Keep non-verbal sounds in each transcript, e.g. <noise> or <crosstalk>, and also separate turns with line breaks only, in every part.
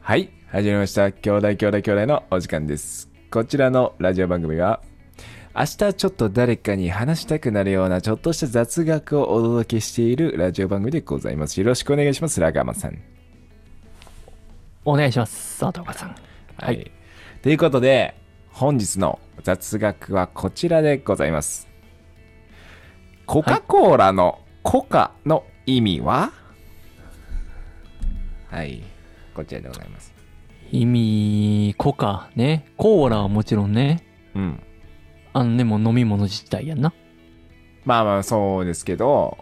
始めました。兄弟兄弟兄弟のお時間です。こちらのラジオ番組は、明日ちょっと誰かに話したくなるようなちょっとした雑学をお届けしているラジオ番組でございます。よろしくお願いします、ラガマさん。
お願いします。佐藤さん。はい。
ということで、本日の雑学はこちらでございます。コカ・コーラのコカの意味ははい、こちらでございます。
意味、コカね。コーラはもちろんね。
うん。
あのね、もう飲み物自体やんな。
まあまあ、そうですけど、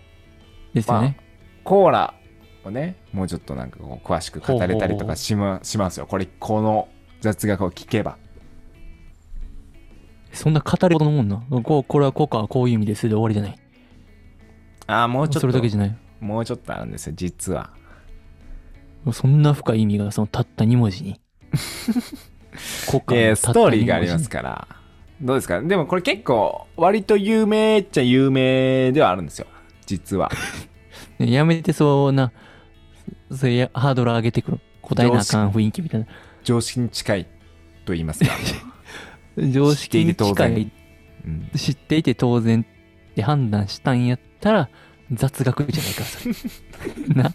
ですよね。
コーラをね、もうちょっとなんかこう詳しく語れたりとかしましますよ。これ、この雑学を聞けば。
そんな語ることのもんな。こう、これはコカはこういう意味ですで終わりじゃない。
ああ、もうちょっ
それだけじ
と、
ゃない。も
もうちょっとあるんですよ、実は。
うそんな深い意味が、そのたった2文
<laughs>
字に。コカの
えー
た
ス
った
ト
二
ー
文字
リー
に
があります。から。どうですかでもこれ結構、割と有名っちゃ有名ではあるんですよ。実は。
ねやめてそうな、それやハードル上げてくる。答えなあかん雰囲気みたい
常識に近いと言いますか。
な。常識に近い
うん、
知っていて当然って判断したんやったら雑学じゃないからそれ
<laughs>
な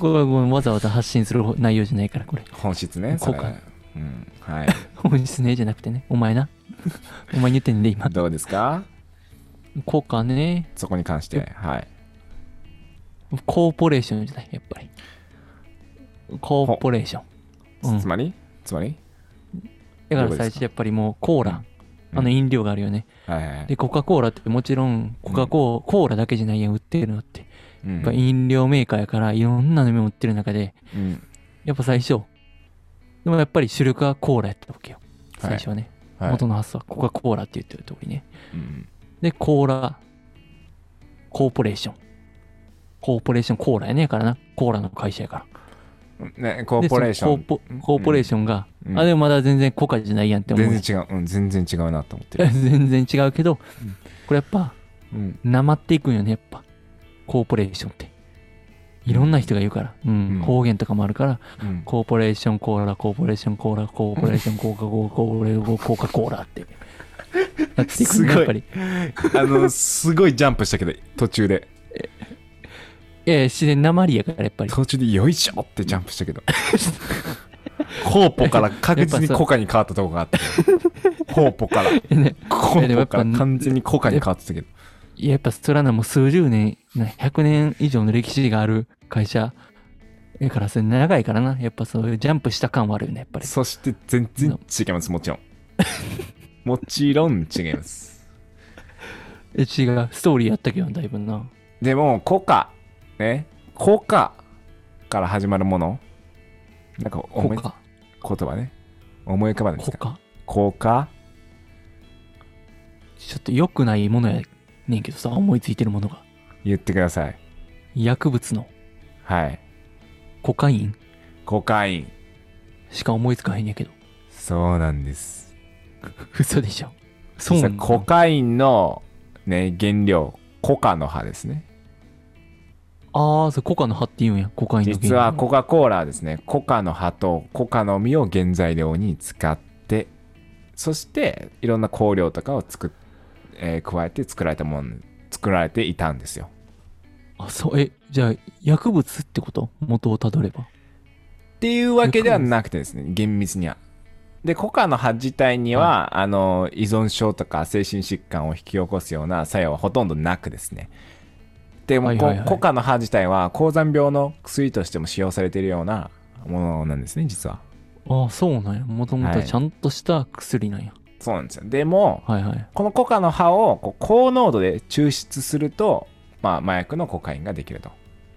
これはもうわざわざ発信する内容じゃないからこれ
本質ね。それ
こうか
うん。はい。
本質ねじゃなくてねお前なお前に言ってんで今
どうですか
効果ね
そこに関して。はい。
コーポレーションじゃないやっぱりコーポレーションうん
つまりつまり
だ
ど
から
こで
最
す
初
か
やっぱりもうコーラ、
うん
あの飲料があるよね、
はいはいはい。
でコカ・コーラってもちろんコカ・コー,、コーラだけじゃないやん売ってるのって
う
やっぱ
ん。
飲料メーカーやからいろんな飲み物売ってる中で
うん
やっぱ最初。でもやっぱり主力はコーラやったわけよ。最初はね。
はい
元の発想はコカ・コーラって言ってる通りね。
うん
で、コーラ、コーポレーション。コーポレーション、コーラやねえからな。コーラの会社やから。
ね、コーポレーショ
で
ン。
そのコーポコーポレーションが、
うん
あ、でもまだ全然コカじゃないやんって思う。
全然違う。うん、全然違うなと思ってる。
<laughs> 全然違うけど、これやっぱ、
うん。
なまっていくんよね、やっぱ。コーポレーションって。いろんな人がいるから、うん
うん
方言とかもあるから、
うん
コーポレーションコーラ、コーポレーションコーラ、コーポレーションコーカコーラ、コーポレーションコーカコーラって。やっていく
す
ね
ごい
やっぱり。
あの、すごいジャンプしたけど、途中で。
いやいや、自然なまりやから、やっぱり。
途中でよいしょってジャンプしたけどコーポから確実にコカに変わったとこがあってコーポから
ね
コ
いやでも
ー
や
ポか
っ
ら
ぱ
完全にコカに変わってたけど
いややっぱ、そらな、もう数十年、な100年以上の歴史がある会社やから、それ長いからな。やっぱそういうジャンプした感はあるよね、やっぱり。
そして全然違いますもちろんもちろん違います
え違う、ストーリーやったけど、だいぶな。
でもコカねコカから始まるものなんか
コ
思い
カ、
言葉ね思い浮かばないで
コ
すか
カ。
コカ
ちょっと良くないものやねんけどさ、思いついてるものが。
言ってください
薬物の
はい
コカイン
コカイン
しか思いつかへんねんけど。
そうなんです
嘘でしょ。そ
そうう
なんだ
コカインの、ね、原料コカの葉ですね
ああ、そう、コカの葉って言うんや、コカインの原料
実はコカ・コーラはですねコカの葉とコカの実を原材料に使ってそしていろんな香料とかを作っ、えー加えて作られたもの作られていたんですよ
あ、そう、え、じゃあ、薬物ってこと元をたどれば。
っていうわけではなくてですね厳密にはでコカの葉自体には、あの依存症とか精神疾患を引き起こすような作用はほとんどなくですねでも、
はいはいはい
ココカの葉自体は高山病の薬としても使用されているようなものなんですね実は
ああ、そうなんや。もともと
は
はいちゃんとした薬なんや。
そうなんですよでも
はいはい。
このコカの葉をこう高濃度で抽出すると、まあ、麻薬のコカインができると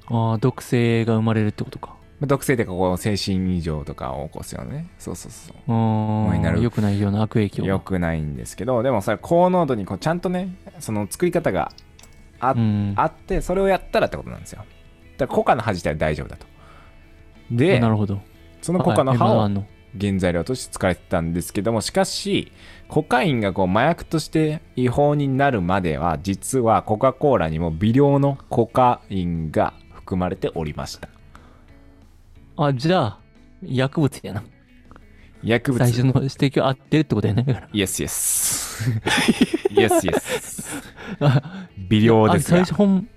ああ、毒性が生まれるってことか。
まあ毒性でこう精神異常とかを起こすようなねそうそうそう
う
前にな
ー
る
ん。良くないような悪影響が。
良くないんですけどでもそれ高濃度にこうちゃんとねその作り方があ,、
うん。
あってそれをやったらってことなんですよだからコカの葉自体は大丈夫だとで
なるほど。
そのコカの葉
はいえまだあ
を
んの
原材料として使われてたんですけどもしかしコカインがこう麻薬として違法になるまでは実はコカ・コーラにも微量のコカインが含まれておりました
あ、じゃあ、薬物やな。
薬
最
物。
初の指摘は合ってるってことやね。だから
イエスイエ <laughs> ス。イエスイエス。
<laughs> あ
<laughs> 微量ですが
あ最。初本、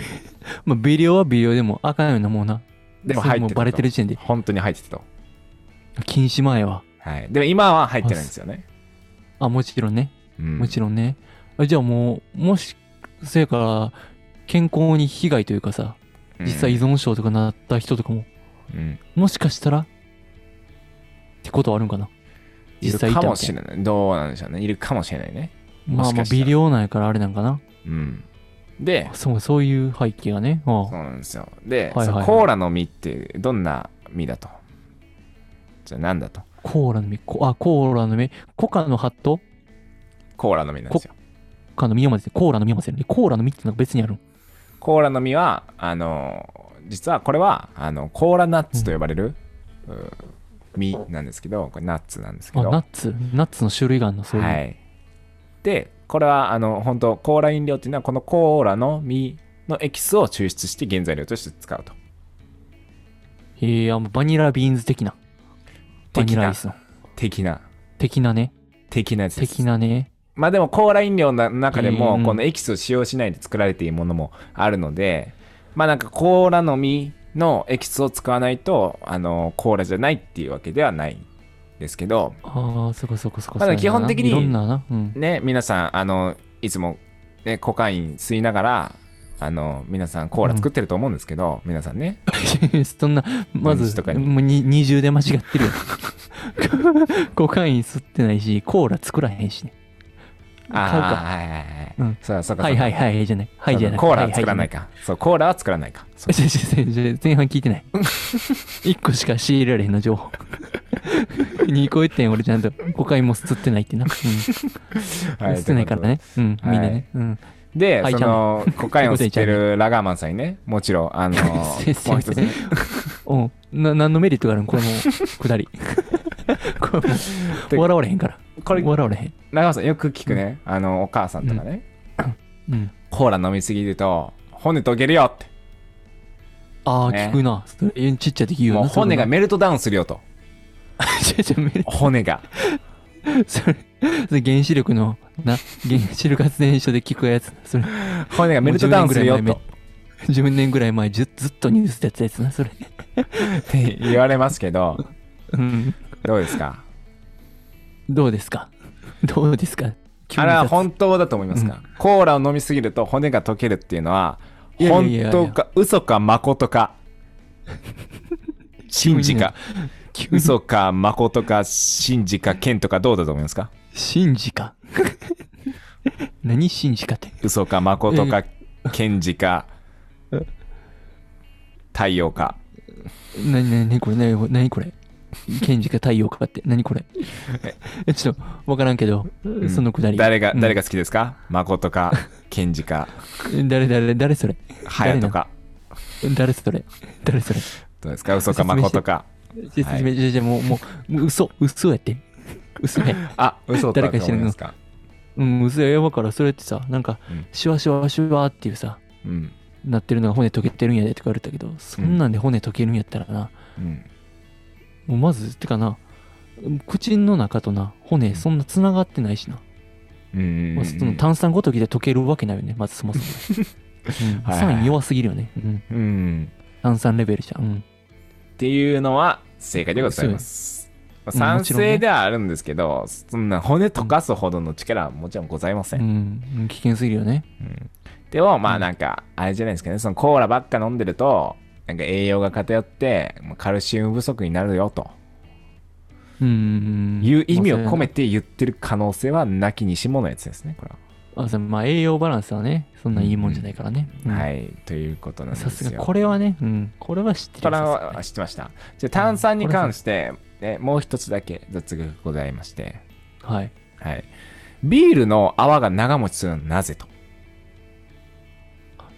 <laughs> まあ、微量は微量でもあかんようなもんな。
でも入ってた
それうバレてる時点で。
本当に入ってたと。
禁止前は。
はい。でも今は入ってないんですよね。
あ、もちろんね。
うん
もちろんね。あじゃあもう、もし、そやから、健康に被害というかさ、実際依存症とかなった人とかも、
うん
もしかしたらってことはあるんかな実際
い
い
るか
た
も
みた
し
い
れない。どうなんでしょうね。いるかもしれないね。も
まあ
し
まあ
かしたら
微量なんやからあれなんかな
うん。で、
そうそういう背景がねあ
そう
あ
なんですよ。で、
はいはいはい
そのコーラの実ってどんな実だとじゃあ何だと
コーラの実こあコーラの実コカの葉と
コーラの実なんですよ。
コカの実を混ぜてコーラの実を混ぜるコーラの実ってのが別にあるん
コーラの実は、あの、実はこれは、あの、コーラナッツと呼ばれる、うん実なんですけど、これナッツなんですけ
あ
ど。
ナッツナッツの種類があるのそういう、
はい。で、これは、あの、本当コーラ飲料っていうのは、このコーラの実のエキスを抽出して原材料として使うと。
ええあバニラビーンズ的なバニ
的
ラア
な
イスの
的な、
的なね
的なやつです。
的なね
まあでもコーラ飲料の中で
う
も
ん
このエキスを使用しないで作られているものもあるのでまあなんかコーラの実のエキスを使わないとあのコーラじゃないっていうわけではないんですけど
ああそこそこそこ
まあ基本的に
いろんなな、うん、
ね皆さんあのいつも、ね、コカイン吸いながらあの皆さんコーラ作ってると思うんですけど、皆さんね
そんな、ま
何時
ず
とか、に
もうに二重で間違ってるよ。コカイン吸ってないし、コーラ作らへんしね。買う
ああ
か。
はいはいはい、
うん
そうそうか
は
そう
い
か
はいはいじゃない。はいじゃない。
コーラは作らない
か。
か、そうコーラは作らないかそう
じゃじゃじゃ前半聞いてない。一個しか仕入れられへんの情報。二個言ってん俺ちゃんとコカインも吸ってないってな。うん、吸 <laughs>
は
ってないからね。うん、
はい
みんなね。うん。
で、
はい
その、コカインを吸っ
ち
て
ゃうね <laughs>
るラガーマンさんにね、もちろん、あの、もう
先生
一つね、
うん。な、何のメリットがあるんこのくだ <laughs> り。これもう終わらわれへんから。
これ
終、わらわれへん。
ラガーマンさんよく聞くね、あの、お母さんとかね、
うん。
コーラ飲みすぎると、骨溶けるよっ
ああ、
ね
聞くな。それちっちゃい時言
て、
うよ
もう
な。
骨が
そ
メルトダウンするよと、
<laughs> れなちょちょめ
骨が。
それ、それ原子力の、な、原子力発電所で聞くやつ。それ、
骨がメルトダウンするよ
<laughs> もう10
と
年ぐらい10年ぐらい前、ずずっとニュースでやってたやつな、それ。
って言われますけど、
うん。
どうですか
どうですかどうですか急
あ
に
れは
雑
本当だと思いますか、コーラを飲みすぎると骨が溶けるっていうのは、
いやいやいやい
本
や
当か、嘘か、誠
<laughs>
か、真珠か。
急に
嘘か、誠か、真珠か、剣とかどうだと思いますか
信じか。 <laughs> 何信じかって。
嘘か、誠か、剣士か、太陽か。
何、何、何これ、何、何これ。検事か太陽かって、何これ。え、ちょっと、わからんけど、
ん
そのくだり。
誰が、
うん
誰が好きですか誠か、剣士か、
誰、誰、 <laughs> 誰それ。
隼人か。
誰それ。誰それ。
どうですか嘘か、誠か。
じゃ
はい
じゃじゃもう、もう、もう嘘、嘘やって。嘘
<laughs>
や。
あ、嘘だと
誰か知
思い
らんの
ますか
うん、嘘や。やから、それってさ、なんか
うん、
シュワシュワシュワっていうさ、
うん。
なってるのが骨溶けてるんやでとか言われたけど、そんなんで骨溶けるんやったらな、
うん。
もうまず、てかな、口の中とな、骨、そんな繋がってないしな。
うんうん
まあその炭酸ごときで溶けるわけないよね、まずそ
<laughs>
もそも。うん
はい
さらに弱すぎるよね。うん
うんうん。
炭酸レベルじゃ。うん。
っていうのは正解でございます。まあ
うん
賛
もちろんね
成ではあるんですけど、そんな骨溶かすほどの力はもちろんございませ。
うんん。危険すぎるよね。
でもまあ
うん
なんかあれじゃないですかねそのコーラばっか飲んでるとなんか栄養が偏ってまあカルシウム不足になるよと
うん。
いう意味を込
て
めて言ってる可能性はなきにしものやつですねこれは、
あそうまあ栄養バランスはねそんないいもんじゃないからね、うん
はいということなんです
さ
よ
すがこれはね、うん、これは知って
こ
る
れ
やつですよ
は知ってましたじゃあ炭酸に関して、ね、もう一つだけ雑学がございまして
はい
はいビールの泡が長持ちするのはなぜと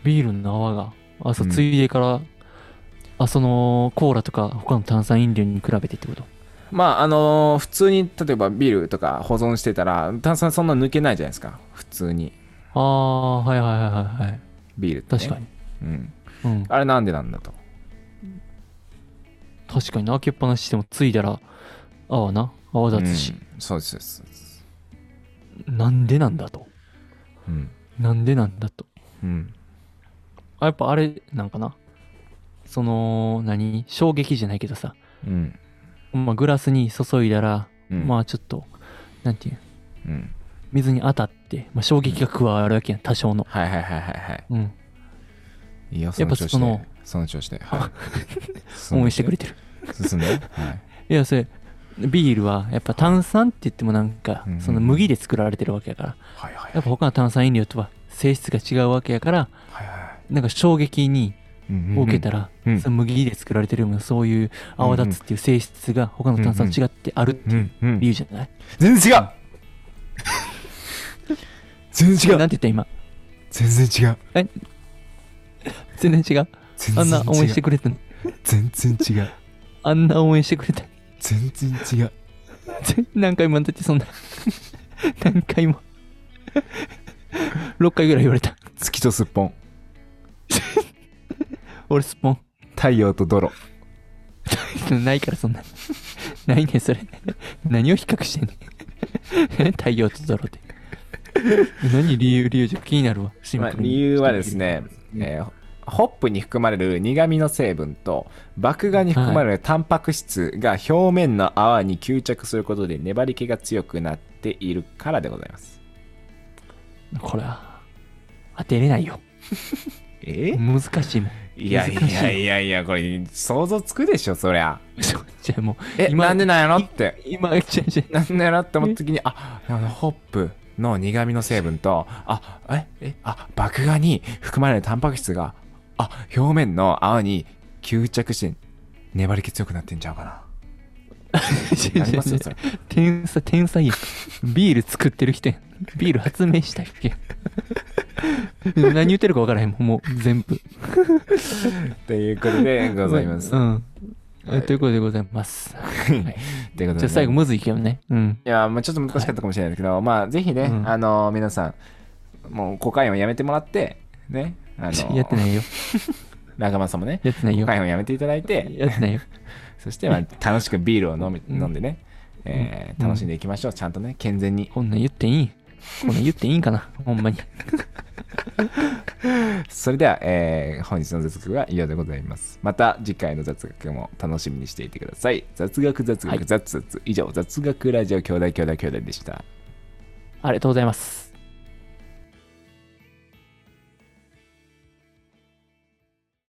ビールの泡があそう
うん
ついでから、あそのコーラとか他の炭酸飲料に比べてってこと
まああのー普通に例えばビールとか保存してたら炭酸そんな抜けないじゃないですか普通に
ああはいはいはいはいはい
ビールって、ね、
確かに、
に、うん、
うん、
あれなんでなんだと
確かに開けっぱなししてもついだら泡な泡立つし、
うんそうですそうです、
なんでなんだと
うん
なんでなんだと
うん、
あやっぱあれなんかなその何衝撃じゃないけどさ、
うん
まあ、グラスに注いだら、
うん
まあちょっとなんていう
うん、
水に当たって、まあ、衝撃が加わるわけやん多少の
はいはいはいはいはい
うん
いいよそ
やっ
の
ぱ
調子
その
でその調子で、はい、進んで
<laughs> 応援してくれてる
進んで、はい、
いやそれビールはやっぱ炭酸って言ってもなんか
うん
その麦で作られてるわけやから
はいはいはい
やっぱ他の炭酸飲料とは性質が違うわけやから
はいは
なんか衝撃に
いうんうんうん
を受けたら、
うん
その麦で作られてるようなそういう泡立つっていう性質が他の炭酸と違ってあるって
う
いうん
うん
理由じゃない、
全然違う全然違
な
うん
て言った今
全然違う
全然違う
全然違う
あ
ん
な応援してくれてんの
全然違う
あんな応援してくれてん
全然違う
全何回もだってそん <laughs> な <laughs> 何回も6回ぐらい言われた
月とすっぽん
俺スポン
太陽と泥
ないからそんなないねそれ何を比較してんねん <laughs> 太陽と泥で何理由理由じゃ気になるわシン
まあ
プルに
理由はですね、えーホップに含まれる苦味の成分と麦芽に含まれるタンパク質が表面の泡に吸着することで粘り気が強くなっているからでございます
これは当てれないよ
え
難しいもん
いやい
難しい
やいやいやこれ想像つくでしょそりゃ
そうじゃあもう
え
今
なんでなんやろって
今違う違う
なんでやろって思った時にああのホップの苦味の成分とあええあ麦芽に含まれるタンパク質があ表面の泡に吸着して粘り気強くなってんちゃうかな
違う違う違う天才天才やんビール作ってる人やんビール発明した人やん何言ってるか分からへんもんもう全部
ということでござい <laughs> ます。っ
うん、
はい
ということでございます
ていうことで、
じゃあ最後むずいけどねうん
いや、まあ、ちょっと難しかったかもしれないですけど、まあ、ぜひね、
うん
あの、皆さん、もう、コカインをやめてもらって、ね、あ <laughs> の、
やってないよ
仲間さんもね、
やってない
コ
よ
カインをやめていただいて、
やってないよ
そして、まあ、楽しくビールを飲み、
うん
飲んでね、えー
うん
楽しんでいきましょう。ちゃんとね、健全に。
こんなん言っていいこんなん言っていいんかなほんまに
それでは、えー本日の雑学は以上でございます。また次回の雑学も楽しみにしていてください。雑学、雑
はい
学、雑雑。以上、雑学ラジオ兄弟兄弟兄弟でした。
ありがとうございます